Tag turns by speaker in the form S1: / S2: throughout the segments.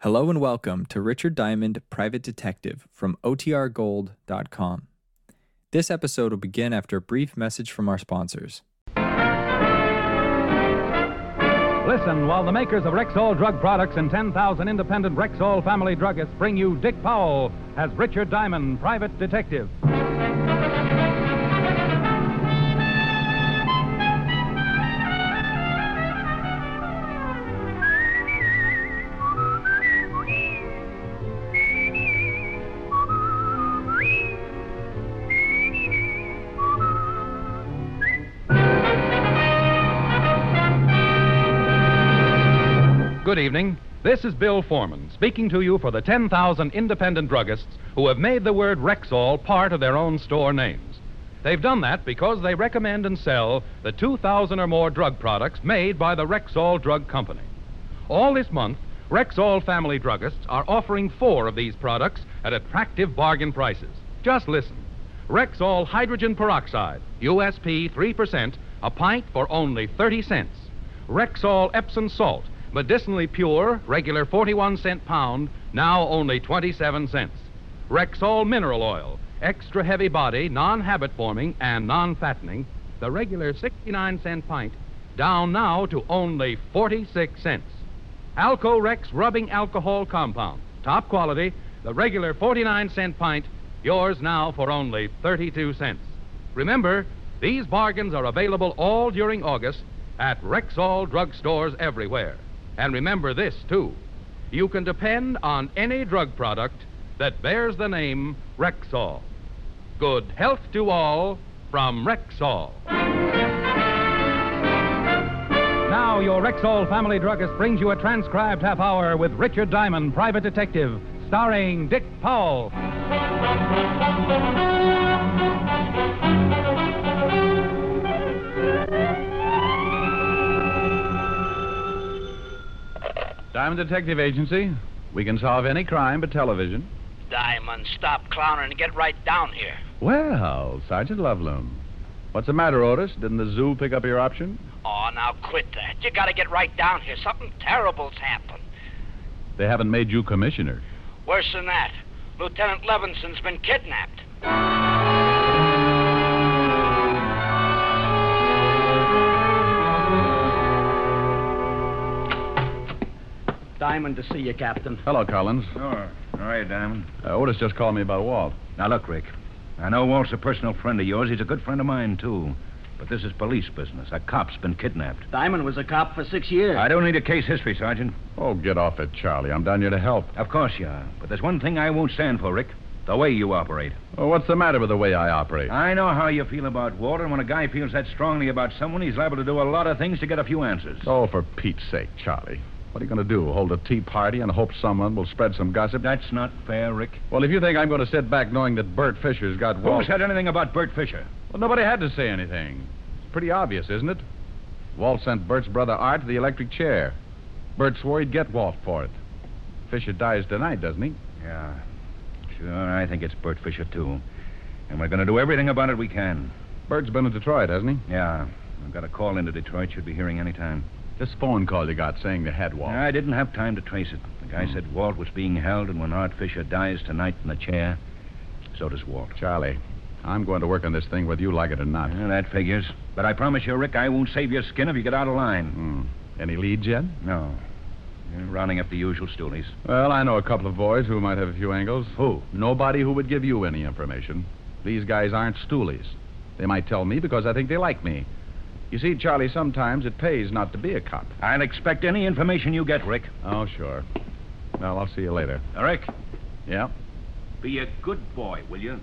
S1: Hello and welcome to Richard Diamond, Private Detective from OTRGold.com. This episode will begin after a brief message from our sponsors.
S2: Listen while the makers of Rexall drug products and 10,000 independent Rexall family druggists bring you Dick Powell as Richard Diamond, private detective. Good evening. This is Bill Foreman speaking to you for the 10,000 independent druggists who have made the word Rexall part of their own store names. They've done that because they recommend and sell the 2,000 or more drug products made by the Rexall Drug Company. All this month, Rexall family druggists are offering four of these products at attractive bargain prices. Just listen Rexall hydrogen peroxide, USP 3%, a pint for only 30 cents. Rexall Epsom salt, medicinally pure, regular 41 cent pound, now only 27 cents. Rexall mineral oil, extra heavy body, non habit forming, and non fattening, the regular 69 cent pint, down now to only 46 cents. Alcorex rubbing alcohol compound, top quality, the regular 49 cent pint, yours now for only 32 cents. Remember, these bargains are available all during August at Rexall drugstores everywhere. And remember this, too. You can depend on any drug product that bears the name Rexall. Good health to all from Rexall. Now, your Rexall family druggist brings you a transcribed half hour with Richard Diamond, private detective, starring Dick Powell. Diamond Detective Agency, we can solve any crime but television.
S3: Diamond, stop clowning and get right down here.
S2: Well, Sergeant Loveloom, what's the matter, Otis? Didn't the zoo pick up your option?
S3: Oh, now quit that. You gotta get right down here. Something terrible's happened.
S2: They haven't made you commissioner.
S3: Worse than that, Lieutenant Levinson's been kidnapped. Diamond to see you, Captain.
S2: Hello, Collins.
S4: Sure. All right, Diamond.
S2: Uh, Otis just called me about Walt.
S4: Now, look, Rick. I know Walt's a personal friend of yours. He's a good friend of mine, too. But this is police business. A cop's been kidnapped.
S3: Diamond was a cop for six years.
S4: I don't need a case history, Sergeant.
S2: Oh, get off it, Charlie. I'm down here to help.
S4: Of course you are. But there's one thing I won't stand for, Rick. The way you operate.
S2: Well, what's the matter with the way I operate?
S4: I know how you feel about Walt, and when a guy feels that strongly about someone, he's liable to do a lot of things to get a few answers.
S2: Oh, for Pete's sake, Charlie. What are you going to do? Hold a tea party and hope someone will spread some gossip?
S4: That's not fair, Rick.
S2: Well, if you think I'm going to sit back knowing that Bert Fisher's got
S4: Who
S2: Walt.
S4: said anything about Bert Fisher?
S2: Well, nobody had to say anything. It's pretty obvious, isn't it? Walt sent Bert's brother Art to the electric chair. Bert swore he'd get Walt for it. Fisher dies tonight, doesn't he?
S4: Yeah. Sure, I think it's Bert Fisher, too. And we're going to do everything about it we can.
S2: Bert's been in Detroit, hasn't he?
S4: Yeah. I've got a call into Detroit. Should be hearing any time.
S2: This phone call you got saying they had Walt.
S4: I didn't have time to trace it. The guy said Walt was being held, and when Art Fisher dies tonight in the chair, so does Walt.
S2: Charlie, I'm going to work on this thing whether you like it or not.
S4: Well, that figures. But I promise you, Rick, I won't save your skin if you get out of line.
S2: Hmm. Any leads yet?
S4: No. You're rounding up the usual stoolies.
S2: Well, I know a couple of boys who might have a few angles. Who? Nobody who would give you any information. These guys aren't stoolies. They might tell me because I think they like me. You see, Charlie, sometimes it pays not to be a cop.
S4: I'll expect any information you get, Rick.
S2: Oh, sure. Well, I'll see you later.
S4: Rick,
S2: Yeah.
S4: be a good boy, will you?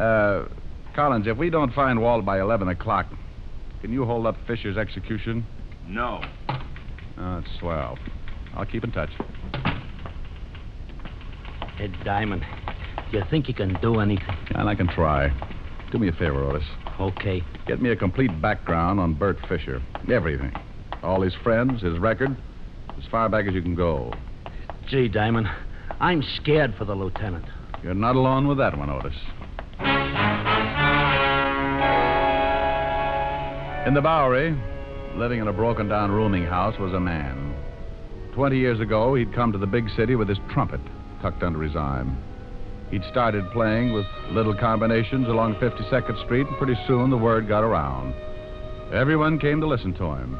S2: Uh, Collins, if we don't find Walt by 11 o'clock, can you hold up Fisher's execution?
S4: No.
S2: Oh, it's swell. I'll keep in touch.
S5: Hey, Diamond, you think you can do anything?
S2: And I can try. Do me a favor, Otis.
S5: Okay.
S2: Get me a complete background on Bert Fisher. Everything. All his friends, his record, as far back as you can go.
S5: Gee, Diamond, I'm scared for the lieutenant.
S2: You're not alone with that one, Otis. In the Bowery, living in a broken down rooming house, was a man.
S6: Twenty years ago, he'd come to the big city with his trumpet tucked under his arm. He'd started playing with little combinations along 52nd Street, and pretty soon the word got around. Everyone came to listen to him.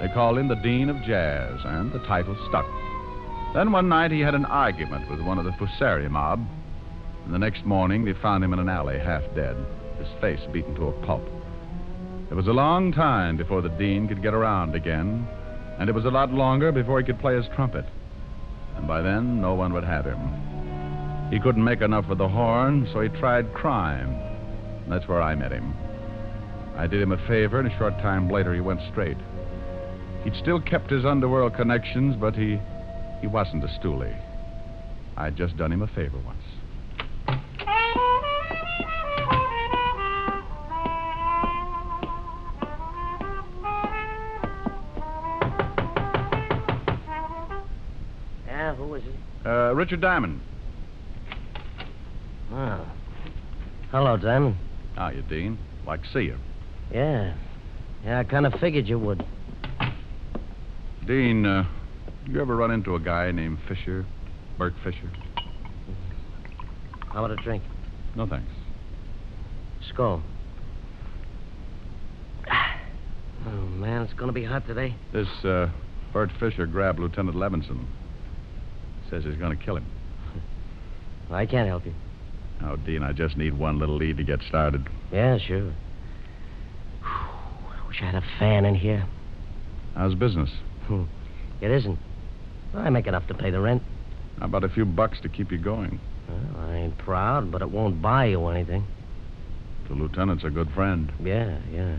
S6: They called him the Dean of Jazz, and the title stuck. Then one night he had an argument with one of the Fusari mob, and the next morning they found him in an alley, half dead, his face beaten to a pulp. It was a long time before the Dean could get around again, and it was a lot longer before he could play his trumpet. And by then, no one would have him. He couldn't make enough with the horn, so he tried crime. And that's where I met him. I did him a favor, and a short time later, he went straight. He'd still kept his underworld connections, but he he wasn't a stoolie. I'd just done him a favor once.
S5: Yeah, who is it?
S6: Uh, Richard Diamond.
S5: Oh. Hello, Diamond.
S6: How you, Dean? Like to see you.
S5: Yeah. Yeah, I kind of figured you would.
S6: Dean, uh, you ever run into a guy named Fisher? Bert Fisher?
S5: How about a drink?
S6: No, thanks.
S5: Skull. Oh, man, it's going to be hot today.
S6: This uh, Bert Fisher grabbed Lieutenant Levinson. Says he's going to kill him.
S5: I can't help you.
S6: Now, Dean, I just need one little lead to get started.
S5: Yeah, sure. Whew, I wish I had a fan in here.
S6: How's business?
S5: Hmm. It isn't. I make enough to pay the rent.
S6: How about a few bucks to keep you going?
S5: Well, I ain't proud, but it won't buy you anything.
S6: The lieutenant's a good friend.
S5: Yeah, yeah.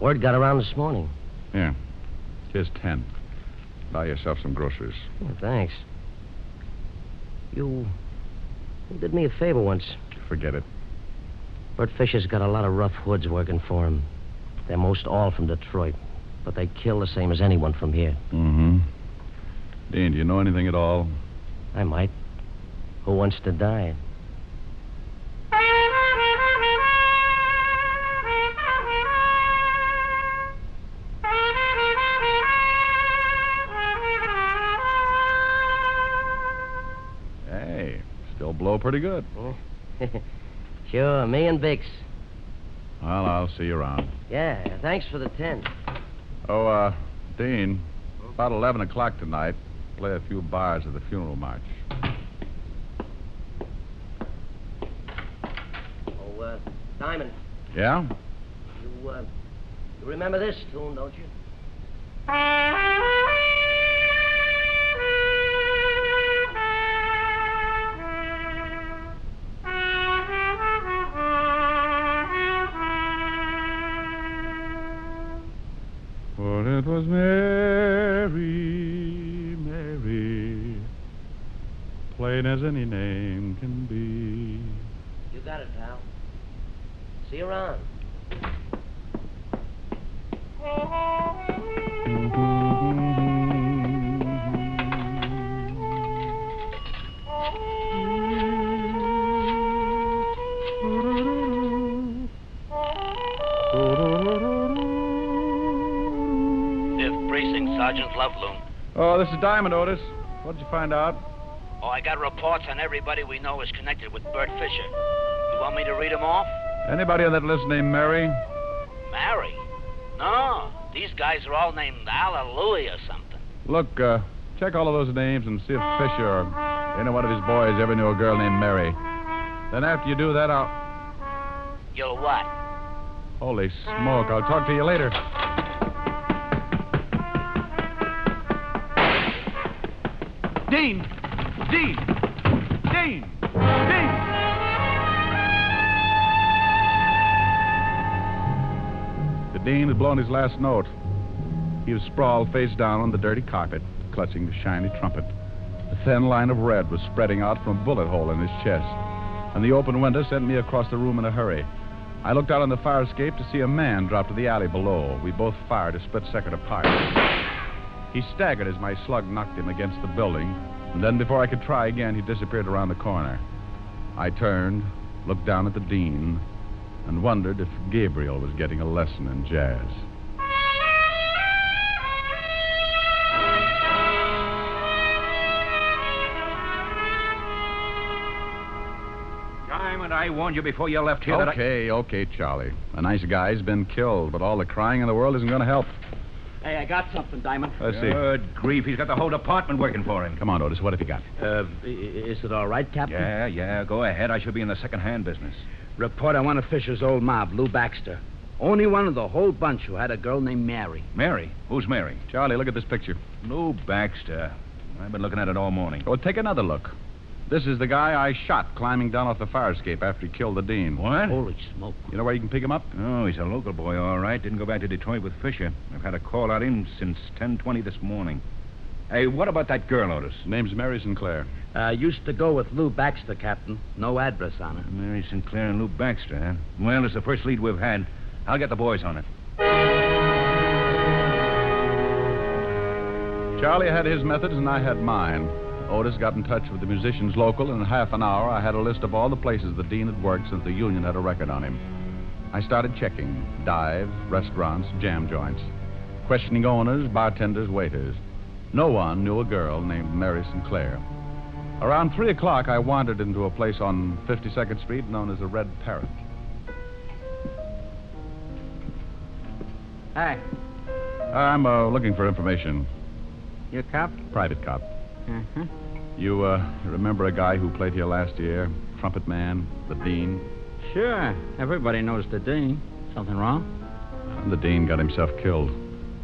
S5: Word got around this morning.
S6: Here, here's ten. Buy yourself some groceries.
S5: Yeah, Oh, thanks. You, you did me a favor once.
S6: Forget it.
S5: Bert Fisher's got a lot of rough hoods working for him. They're most all from Detroit, but they kill the same as anyone from here.
S6: Mm-hmm. Dean, do you know anything at all?
S5: I might. Who wants to die?
S6: Hey, still blow pretty good.
S5: sure, me and Bix.
S6: Well, I'll see you around.
S5: Yeah, thanks for the ten.
S6: Oh, uh, Dean, about 11 o'clock tonight, play a few bars of the funeral march.
S5: Oh, uh, Diamond,
S6: Yeah?
S5: you, uh, you remember this tune, don't you?
S6: For it was Mary, Mary, plain as any name can be.
S5: You got it, pal. See you around.
S3: Fifth Precinct Sergeant Loveloon.
S6: Oh, this is Diamond Otis. What'd you find out?
S3: Oh, I got reports on everybody we know is connected with Bert Fisher. You want me to read them off?
S6: Anybody on that list named Mary?
S3: Mary? No. These guys are all named Hallelujah or something.
S6: Look, uh, check all of those names and see if Fisher or any one of his boys ever knew a girl named Mary. Then after you do that, I'll.
S3: You'll what?
S6: Holy smoke, I'll talk to you later.
S2: Dean! Dean! Dean! Dean!
S6: The Dean had blown his last note. He was sprawled face down on the dirty carpet, clutching the shiny trumpet. A thin line of red was spreading out from a bullet hole in his chest, and the open window sent me across the room in a hurry. I looked out on the fire escape to see a man drop to the alley below. We both fired a split second apart. He staggered as my slug knocked him against the building, and then before I could try again, he disappeared around the corner. I turned, looked down at the Dean, and wondered if Gabriel was getting a lesson in jazz.
S4: Haven't I warned you before you left here that I...
S6: Okay, okay, Charlie. A nice guy's been killed, but all the crying in the world isn't going to help.
S7: Hey, I got something, Diamond.
S6: Let's see.
S4: Good grief, he's got the whole department working for him.
S6: Come on, Otis. What have you got?
S5: Uh, i- is it all right, Captain?
S4: Yeah, yeah, go ahead. I should be in the second-hand business.
S7: Report on one of Fisher's old mob, Lou Baxter. Only one of the whole bunch who had a girl named Mary.
S4: Mary? Who's Mary?
S6: Charlie, look at this picture.
S4: Lou Baxter. I've been looking at it all morning.
S6: Well, take another look. This is the guy I shot climbing down off the fire escape after he killed the dean.
S7: Hmm.
S6: Oh,
S4: What?
S5: Holy smoke.
S6: You know where you can pick him up?
S4: Oh, he's a local boy, all right. Didn't go back to Detroit with Fisher. I've had a call out him since 10.20 this morning. Hey, what about that girl, Otis?
S6: Name's Mary Sinclair.
S7: Uh, used to go with Lou Baxter, Captain. No address on her.
S4: Mary Sinclair and Lou Baxter, huh? Well, it's the first lead we've had. I'll get the boys on it.
S6: Charlie had his methods and I had mine. Otis got in touch with the musicians local, and in half an hour I had a list of all the places the dean had worked since the union had a record on him. I started checking dives, restaurants, jam joints, questioning owners, bartenders, waiters. No one knew a girl named Mary Sinclair. Around 3 o'clock, I wandered into a place on 52nd Street known as the Red Parrot.
S7: Hey,
S6: I'm uh, looking for information.
S7: you cop?
S6: Private cop.
S7: Uh-huh.
S6: You uh, remember a guy who played here last year? Trumpet man, the dean.
S7: Sure. Everybody knows the dean. Something wrong?
S6: Uh, The dean got himself killed.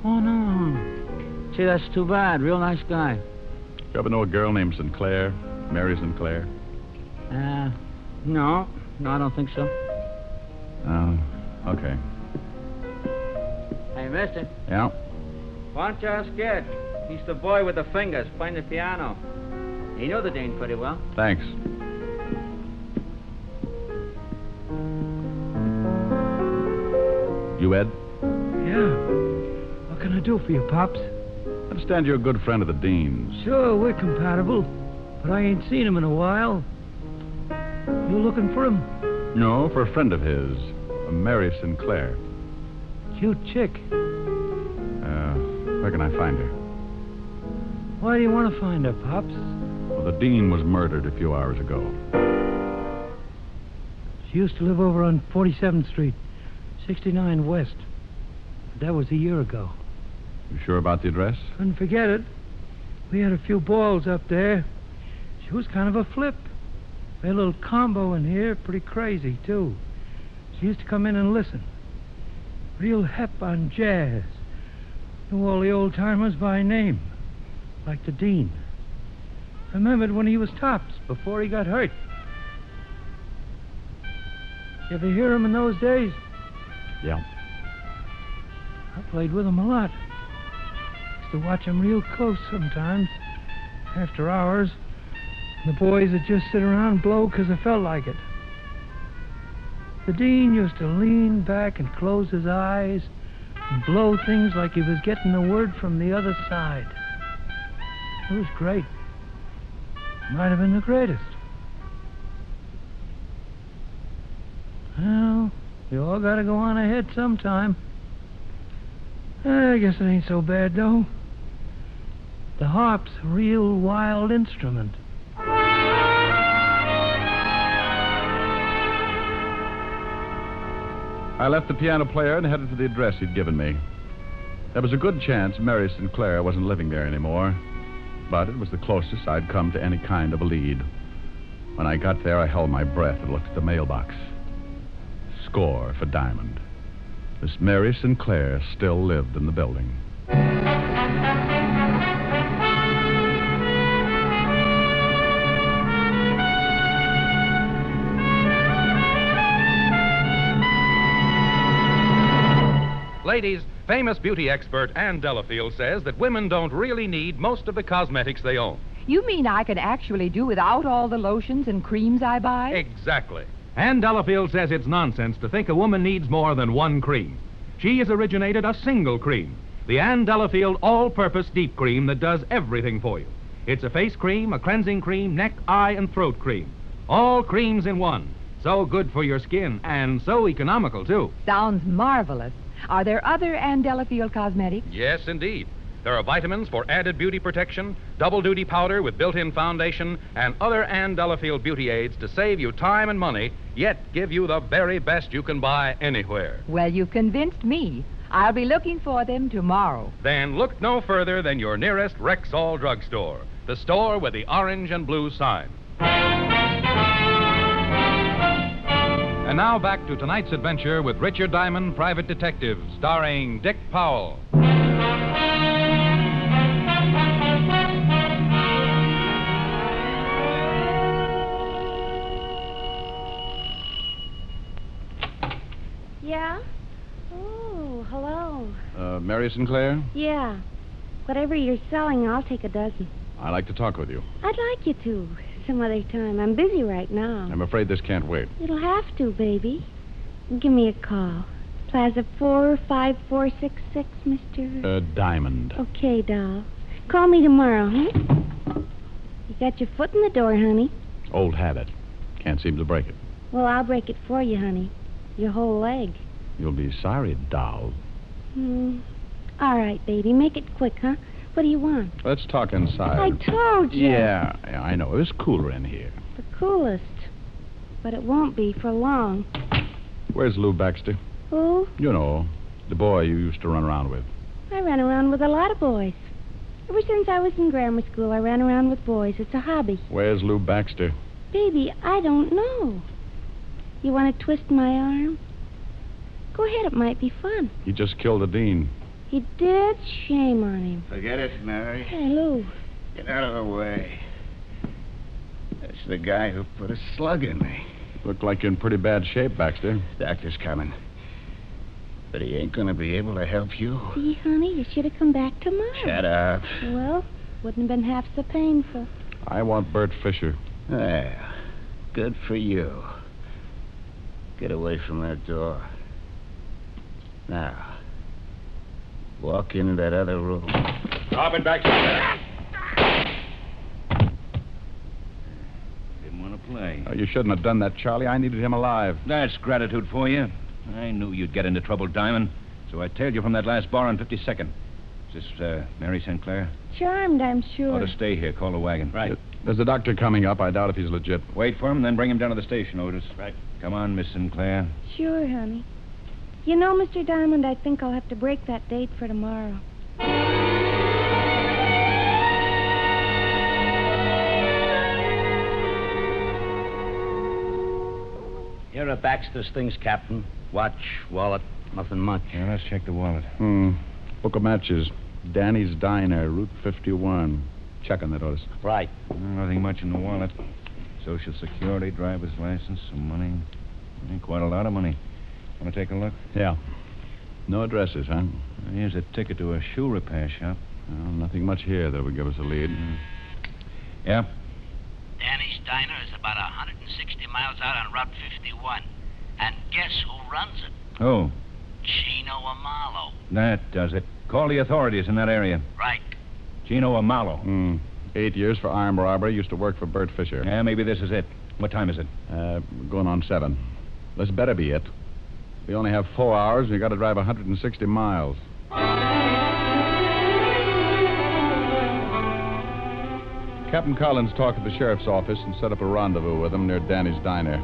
S7: Oh, no. Gee, that's too bad. Real nice guy.
S6: You ever know a girl named Sinclair? Mary Sinclair?
S7: Uh, no. No, I don't think so.
S6: Oh, okay.
S7: Hey, mister.
S6: Yeah?
S7: Why don't you ask Ed? He's the boy with the fingers playing the piano. He knew the Dean pretty well.
S6: Thanks. You, Ed?
S8: Yeah. What can I do for you, Pops?
S6: I understand you're a good friend of the dean's.
S8: Sure, we're compatible, but I ain't seen him in a while. You looking for him?
S6: No, for a friend of his, a Mary Sinclair.
S8: Cute chick.
S6: Uh, where can I find her?
S8: Why do you want to find her, Pops?
S6: Well, the dean was murdered a few hours ago.
S8: She used to live over on 47th Street, 69 West. But that was a year ago.
S6: You sure about the address?
S8: Couldn't forget it. We had a few balls up there. She was kind of a flip. We had a little combo in here, pretty crazy, too. She used to come in and listen. Real hep on jazz. Knew all the old timers by name, like the Dean. Remembered when he was tops, before he got hurt. You ever hear him in those days?
S6: Yeah.
S8: I played with him a lot. Used to watch him real close sometimes, after hours. The boys would just sit around and blow 'cause they felt like it. The dean used to lean back and close his eyes and blow things like he was getting the word from the other side. It was great. Might have been the greatest. Well, we all gotta go on ahead sometime. I guess it ain't so bad, though. The harp's a real wild instrument.
S6: I left the piano player and headed to the address he'd given me. There was a good chance Mary Sinclair wasn't living there anymore, but it was the closest I'd come to any kind of a lead. When I got there, I held my breath and looked at the mailbox. Score for Diamond. Miss Mary Sinclair still lived in the building.
S2: Ladies, famous beauty expert Ann Delafield says that women don't really need most of the cosmetics they own.
S9: You mean I can actually do without all the lotions and creams I buy?
S2: Exactly. Ann Delafield says it's nonsense to think a woman needs more than one cream. She has originated a single cream, the Ann Delafield All Purpose Deep Cream that does everything for you. It's a face cream, a cleansing cream, neck, eye, and throat cream. All creams in one. So good for your skin and so economical, too.
S9: Sounds marvelous. Are there other Ann Delafield cosmetics?
S2: Yes, indeed. There are vitamins for added beauty protection, double duty powder with built in foundation, and other Ann Delafield beauty aids to save you time and money, yet give you the very best you can buy anywhere.
S9: Well, you've convinced me. I'll be looking for them tomorrow.
S2: Then look no further than your nearest Rexall drugstore, the store with the orange and blue sign. And now back to tonight's adventure with Richard Diamond, Private Detective, starring Dick Powell.
S10: Yeah? Oh, hello.
S6: Uh, Mary Sinclair,
S10: Yeah. Whatever you're selling, I'll take a dozen.
S6: I'd like to talk with you.
S10: I'd like you to some other time. I'm busy right now.
S6: I'm afraid this can't wait.
S10: It'll have to, baby. Give me a call. Plaza 45466, Mr.
S6: Uh, Diamond.
S10: Okay, doll. Call me tomorrow, huh? You got your foot in the door, honey.
S6: Old habit. Can't seem to break it.
S10: Well, I'll break it for you, honey. Your whole leg.
S6: You'll be sorry, doll.
S10: Hmm. All right, baby. Make it quick, huh? What do you want?
S6: Let's talk inside.
S10: I told you.
S6: Yeah, yeah, I know. It's cooler in here.
S10: The coolest. But it won't be for long.
S6: Where's Lou Baxter?
S10: Who?
S6: You know, the boy you used to run around with.
S10: I ran around with a lot of boys. Ever since I was in grammar school, I ran around with boys. It's a hobby.
S6: Where's Lou Baxter?
S10: Baby, I don't know. You want to twist my arm? Go ahead, it might be fun.
S6: He just killed the dean.
S10: He did. Shame on him.
S11: Forget it, Mary.
S10: Hey, Lou.
S11: Get out of the way. That's the guy who put a slug in me.
S6: Looked like you're in pretty bad shape, Baxter.
S11: Doctor's coming. But he ain't gonna be able to help you.
S10: See, honey, you should have come back tomorrow.
S11: Shut up.
S10: Well, wouldn't have been half so painful.
S6: I want Bert Fisher.
S11: There. Good for you. Get away from that door. Now, walk into that other room.
S4: Robin Baxter.
S11: Didn't want to play.
S6: Oh, you shouldn't have done that, Charlie. I needed him alive.
S4: That's gratitude for you. I knew you'd get into trouble, Diamond. So I tailed you from that last bar on 52nd. Is this uh, Mary Sinclair?
S10: Charmed, I'm sure.
S4: Ought to stay here. Call the wagon. Right.
S6: There's a doctor coming up. I doubt if he's legit.
S4: Wait for him, then bring him down to the station, Otis. Right. Come on, Miss Sinclair.
S10: Sure, honey. You know, Mr. Diamond, I think I'll have to break that date for tomorrow.
S5: Here are Baxter's things, Captain. Watch, wallet, nothing much.
S4: Yeah, let's check the wallet.
S6: Hmm. Book of matches. Danny's Diner, Route 51. Check on that, Otis.
S5: Right.
S4: Nothing much in the wallet. Social Security, driver's license, some money. Yeah, Quite a lot of money. Want to take a look?
S6: Yeah. No addresses, huh?
S4: Here's a ticket to a shoe repair shop. Hmm.
S6: Well, nothing much here that would give us a lead.
S4: Yeah?
S3: Danny's Diner is about 160 miles out on Route 51. And guess who runs it?
S4: Oh,
S3: Chino Amalo.
S4: that does it. Call the authorities in that area.
S3: Right.
S4: Gino Amalo.
S6: Hmm. Eight years for armed robbery. Used to work for Bert Fisher.
S4: Yeah, maybe this is it. What time is it?
S6: Uh, going on seven. This better be it. We only have four hours, and you got to drive 160 miles. Captain Collins talked at the sheriff's office and set up a rendezvous with him near Danny's diner.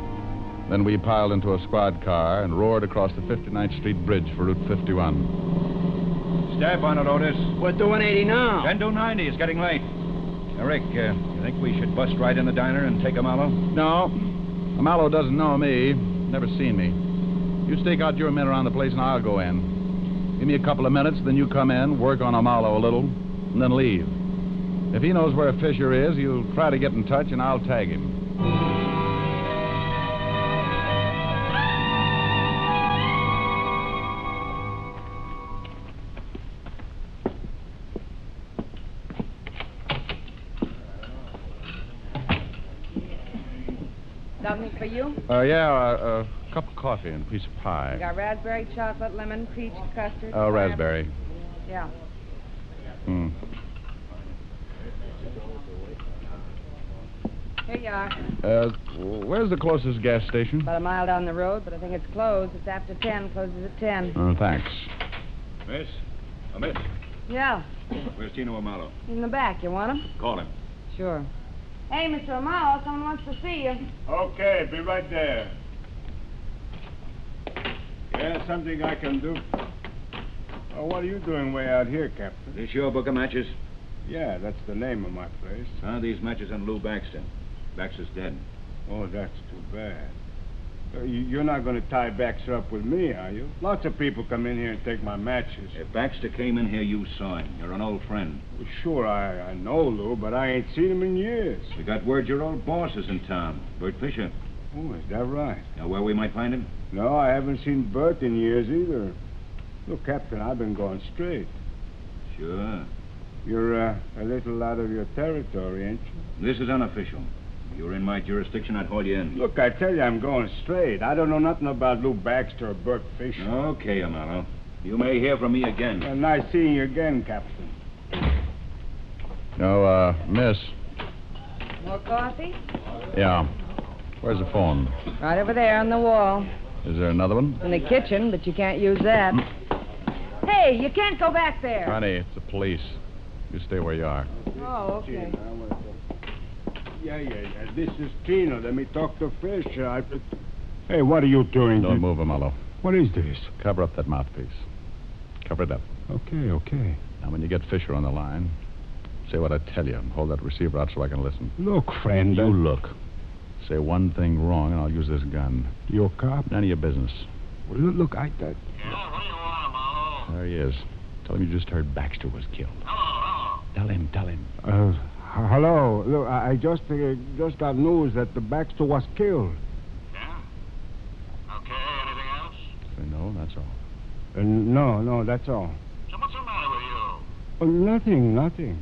S6: Then we piled into a squad car and roared across the 59th Street Bridge for Route 51.
S4: Step on it, Otis.
S7: We're doing 80 now.
S4: 10 to 90. It's getting late. Now, Rick, uh, you think we should bust right in the diner and take Amalo?
S6: No, Amalo doesn't know me, never seen me. You stake out your men around the place, and I'll go in. Give me a couple of minutes, then you come in, work on Amalo a little, and then leave. If he knows where Fisher is, you'll try to get in touch, and I'll tag him.
S9: Something for you?
S6: Uh, yeah, uh, a cup of coffee and a piece of
S9: We
S6: pie.
S9: got raspberry, chocolate, lemon, peach, custard.
S6: Uh, raspberry.
S9: Yeah.
S6: Hmm.
S9: Here you are.
S6: Uh, where's the closest gas station?
S9: About a mile down the road, but I think it's closed. It's after 10, closes at 10.
S6: Uh, thanks.
S4: Miss? Oh, miss.
S9: Yeah.
S4: Where's Tino Amalo?
S12: He's in the back. You want him?
S4: Call him.
S12: Sure. Hey, Mr. Amalo, someone wants to see you.
S13: Okay, be right there. Yeah, something I can do. Oh, what are you doing way out here, Captain?
S4: This your book of matches?
S13: Yeah, that's the name of my place.
S4: Found these matches on Lou Baxter. Baxter's dead.
S13: Oh, that's too bad. Uh, you- You're not going to tie Baxter up with me, are you? Lots of people come in here and take my matches.
S4: If Baxter came in here, you saw him. You're an old friend.
S13: Well, sure, I, I know Lou, but I ain't seen him in years.
S4: We got word your old boss is in town, Bert Fisher.
S13: Oh, is that right?
S4: Know where we might find him?
S13: No, I haven't seen Bert in years either. Look, Captain, I've been going straight.
S4: Sure.
S13: You're uh, a little out of your territory, ain't
S4: This is unofficial. If you were in my jurisdiction, I'd haul you in.
S13: you? Look, I tell you, I'm going straight. I don't know nothing about Lou Baxter or Bert Fisher.
S4: Okay, Amaro. You may hear from me again.
S13: Well, nice seeing you again, Captain.
S6: No, uh, miss.
S12: More coffee?
S6: Yeah. Where's the phone?
S12: Right over there on the wall.
S6: Is there another one?
S12: In the kitchen, but you can't use that. Hey, you can't go back there.
S6: Honey, it's the police. You stay where you are.
S12: Oh, okay.
S13: Yeah, yeah, yeah. This is Tino. Let me talk to Fisher. I... Hey, what are you doing?
S6: Don't move, Amalo.
S13: What is this?
S6: Cover up that mouthpiece. Cover it up.
S13: Okay, okay.
S6: Now, when you get Fisher on the line, say what I tell you. and Hold that receiver out so I can listen.
S13: Look, friend.
S6: You look. Say one thing wrong, and I'll use this gun.
S13: You're a cop?
S6: None of your business.
S13: Well, look, look, I... I...
S6: There he is. Tell him you just heard Baxter was killed. Tell him, tell him.
S13: Uh, h- hello. Look, I I just uh, just got news that the Baxter was killed.
S6: Say, no, that's all.
S13: Uh, no, no, that's all. So what's the matter with you? nothing, nothing.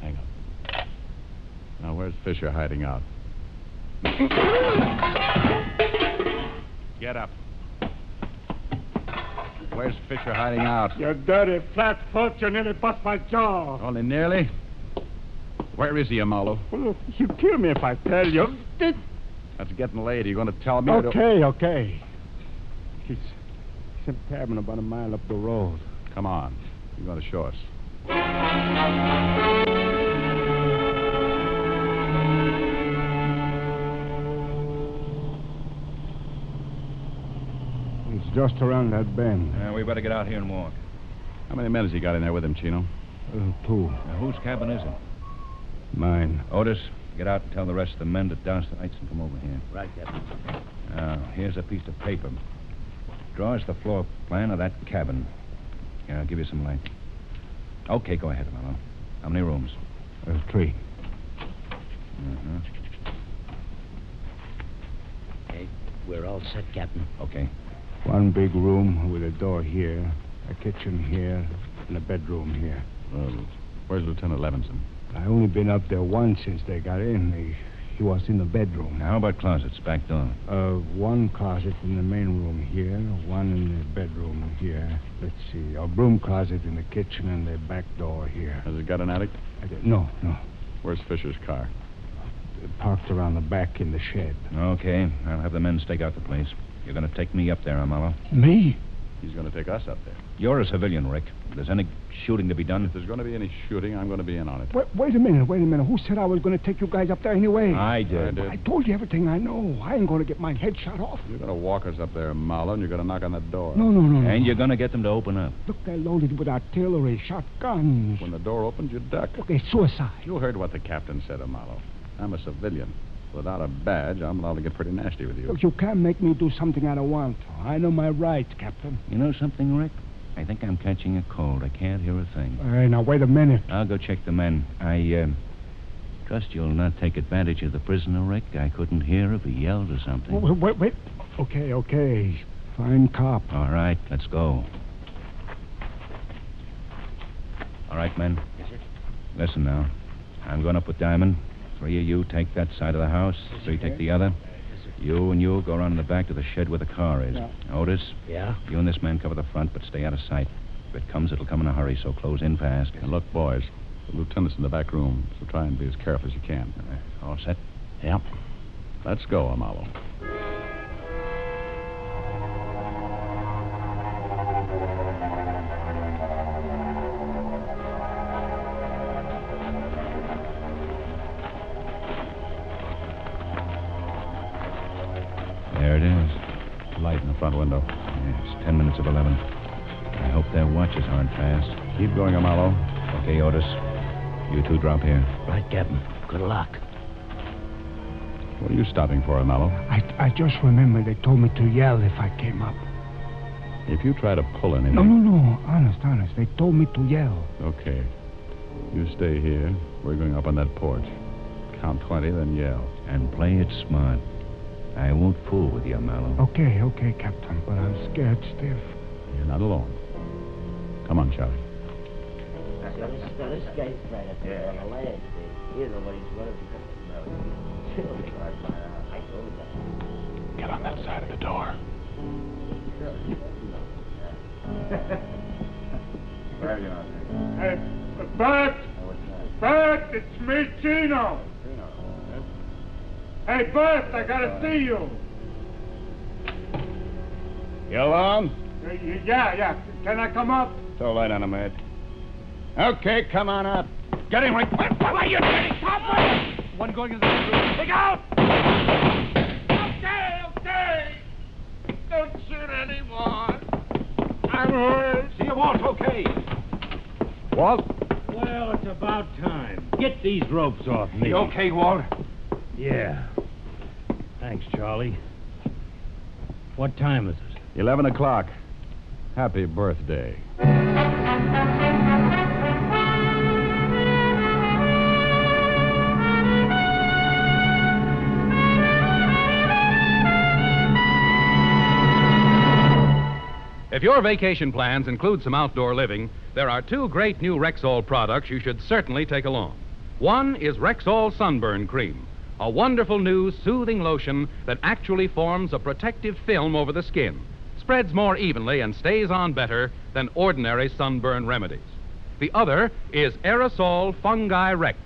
S6: Hang up. Now, where's Fisher hiding out? Get up. Where's Fisher hiding out?
S14: You dirty flat foot, you nearly bust my jaw.
S6: Only nearly. Where is he, Amalo?
S14: Well, you kill me if I tell you.
S6: That's getting late. Are you going to tell me? or do-
S13: Okay, okay. He's, he's in cabin about a mile up the road.
S6: Come on. You're going to show us.
S13: It's just around that bend.
S4: Uh, we better get out here and walk.
S6: How many men has he got in there with him, Chino?
S13: Uh, two.
S4: Now, whose cabin is it?
S13: Mine.
S4: Otis, get out and tell the rest of the men to douse the lights and come over here.
S5: Right, Captain.
S4: Now, here's a piece of paper. Draw us the floor plan of that cabin. Here, I'll give you some light. Okay, go ahead, Mello. How many rooms?
S13: Uh, three.
S4: Uh-huh.
S5: Okay, we're all set, Captain.
S4: Okay.
S13: One big room with a door here, a kitchen here, and a bedroom here.
S6: Uh, where's Lieutenant Levinson?
S13: I only been up there once since they got in. He, he was in the bedroom.
S4: Now, how about closets back door?
S13: Uh, one closet in the main room here, one in the bedroom here. Let's see, a broom closet in the kitchen and the back door here.
S6: Has it got an attic?
S13: I don't- No, no.
S6: Where's Fisher's car?
S13: Parked around the back in the shed.
S4: Okay, I'll have the men stake out the place. You're going to take me up there, Amalo.
S13: Me?
S6: He's going to take us up there.
S4: You're a civilian, Rick. If there's any shooting to be done,
S6: If there's going to be any shooting, I'm going to be in on it.
S13: Wait, wait a minute, wait a minute. Who said I was going to take you guys up there anyway?
S4: I
S6: I
S4: did.
S6: did.
S13: I told you everything I know. I ain't going to get my head shot off.
S6: You're going to walk us up there, Marlowe, and you're going to knock on that door.
S13: No, no, no, no.
S4: And you're going to get them to open up.
S13: Look, they're loaded with artillery, shotguns.
S6: When the door opens, you duck.
S13: Look, it's suicide.
S6: You heard what the captain said, Amalo. I'm a civilian. Without a badge, I'm allowed to get pretty nasty with you.
S13: Look, you can't make me do something I don't want to. I know my rights, Captain.
S4: You know something, Rick? I think I'm catching a cold. I can't hear a thing.
S13: Hey, now, wait a minute.
S4: I'll go check the men. I uh, trust you'll not take advantage of the prisoner, Rick. I couldn't hear if he yelled or something.
S13: Wait, wait, wait. Okay, okay. Fine cop.
S4: All right, let's go. All right, men.
S5: Yes, sir.
S4: Listen now. I'm going up with Diamond. Three of you take that side of the house. Three take the other. You and you go around in the back to the shed where the car is.
S5: Yeah.
S4: Otis,
S5: Yeah?
S4: you and this man cover the front, but stay out of sight. If it comes, it'll come in a hurry, so close in fast.
S6: And look, boys, the lieutenant's in the back room, so try and be as careful as you can.
S4: Uh, All set?
S5: Yep.
S6: Let's go, Amalo.
S4: it is. Light in the front window. Yes, ten minutes of eleven. I hope their watches aren't fast. Keep going, Amalo. Okay, Otis. You two drop here. Right, Captain. Good luck. What are you stopping for, Amalo?
S13: I, I just remember they told me to yell if I came up.
S4: If you try to pull anything.
S13: No, no, no. Honest, honest. They told me to yell.
S4: Okay. You stay here. We're going up on that porch. Count 20, then yell. And play it smart. I won't fool with you, Mallow.
S13: Okay, okay, Captain, but I'm scared stiff.
S4: You're not alone. Come on, Charlie.
S5: So this, so this guy's right up there on the ledge. He's nobody's running because of the
S4: Get on that side of the door.
S14: Hey, Bert! Bert, it's me, Gino! Hey, Bert, I gotta see you.
S11: You alone?
S14: Y- Uh, y- Yeah, yeah. Can I come up?
S11: Throw light on him, Ed. Okay, come on up. Get him right. What, what are you doing?
S14: One going into the room. Take out! Okay, okay. Don't shoot anyone. I'm hurt. See you, Walt. Okay.
S15: Walt?
S16: Well, it's about time. Get these ropes off me.
S15: You okay, Walt?
S16: Yeah. Thanks, Charlie. What time is it?
S6: 11 o'clock. Happy birthday.
S2: If your vacation plans include some outdoor living, there are two great new Rexall products you should certainly take along. One is Rexall Sunburn Cream, a wonderful new soothing lotion that actually forms a protective film over the skin, spreads more evenly, and stays on better than ordinary sunburn remedies. The other is Aerosol Fungi Rex,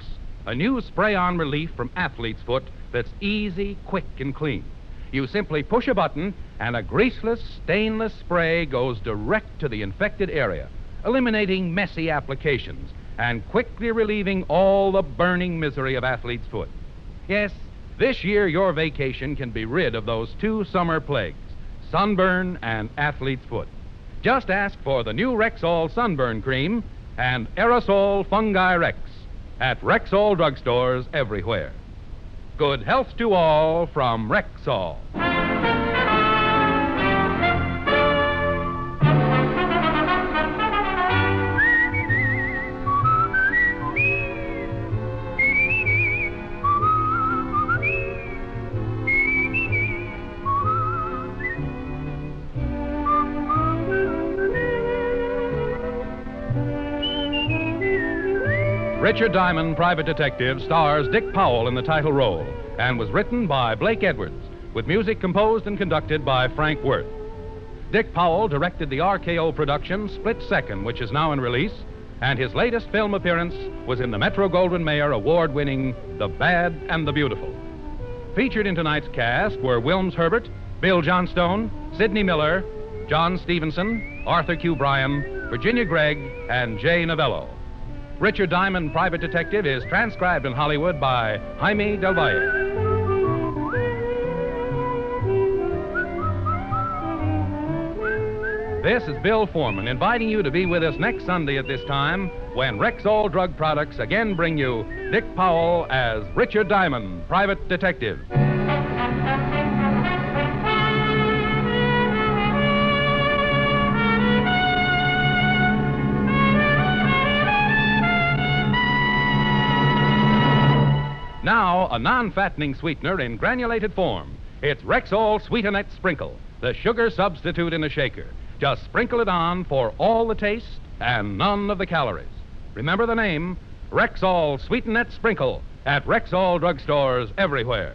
S2: a new spray on relief from athlete's foot that's easy, quick, and clean. You simply push a button, and a greaseless, stainless spray goes direct to the infected area, eliminating messy applications and quickly relieving all the burning misery of athlete's foot. Yes, this year your vacation can be rid of those two summer plagues sunburn and athlete's foot. Just ask for the new Rexall Sunburn Cream and Aerosol Fungi Rex at Rexall drugstores everywhere. Good health to all from Rexall. Richard Diamond, Private Detective, stars Dick Powell in the title role and was written by Blake Edwards, with music composed and conducted by Frank Worth. Dick Powell directed the RKO production Split Second, which is now in release, and his latest film appearance was in the Metro Goldwyn Mayer award winning The Bad and the Beautiful. Featured in tonight's cast were Wilms Herbert, Bill Johnstone, Sidney Miller, John Stevenson, Arthur Q. Bryan, Virginia Gregg, and Jay Novello. Richard Diamond, Private Detective, is transcribed in Hollywood by Jaime Del Valle. This is Bill Foreman inviting you to be with us next Sunday at this time when Rexall Drug Products again bring you Dick Powell as Richard Diamond, Private Detective. Now, a non fattening sweetener in granulated form. It's Rexall Sweetenet Sprinkle, the sugar substitute in a shaker. Just sprinkle it on for all the taste and none of the calories. Remember the name Rexall Sweetenet Sprinkle at Rexall drugstores everywhere.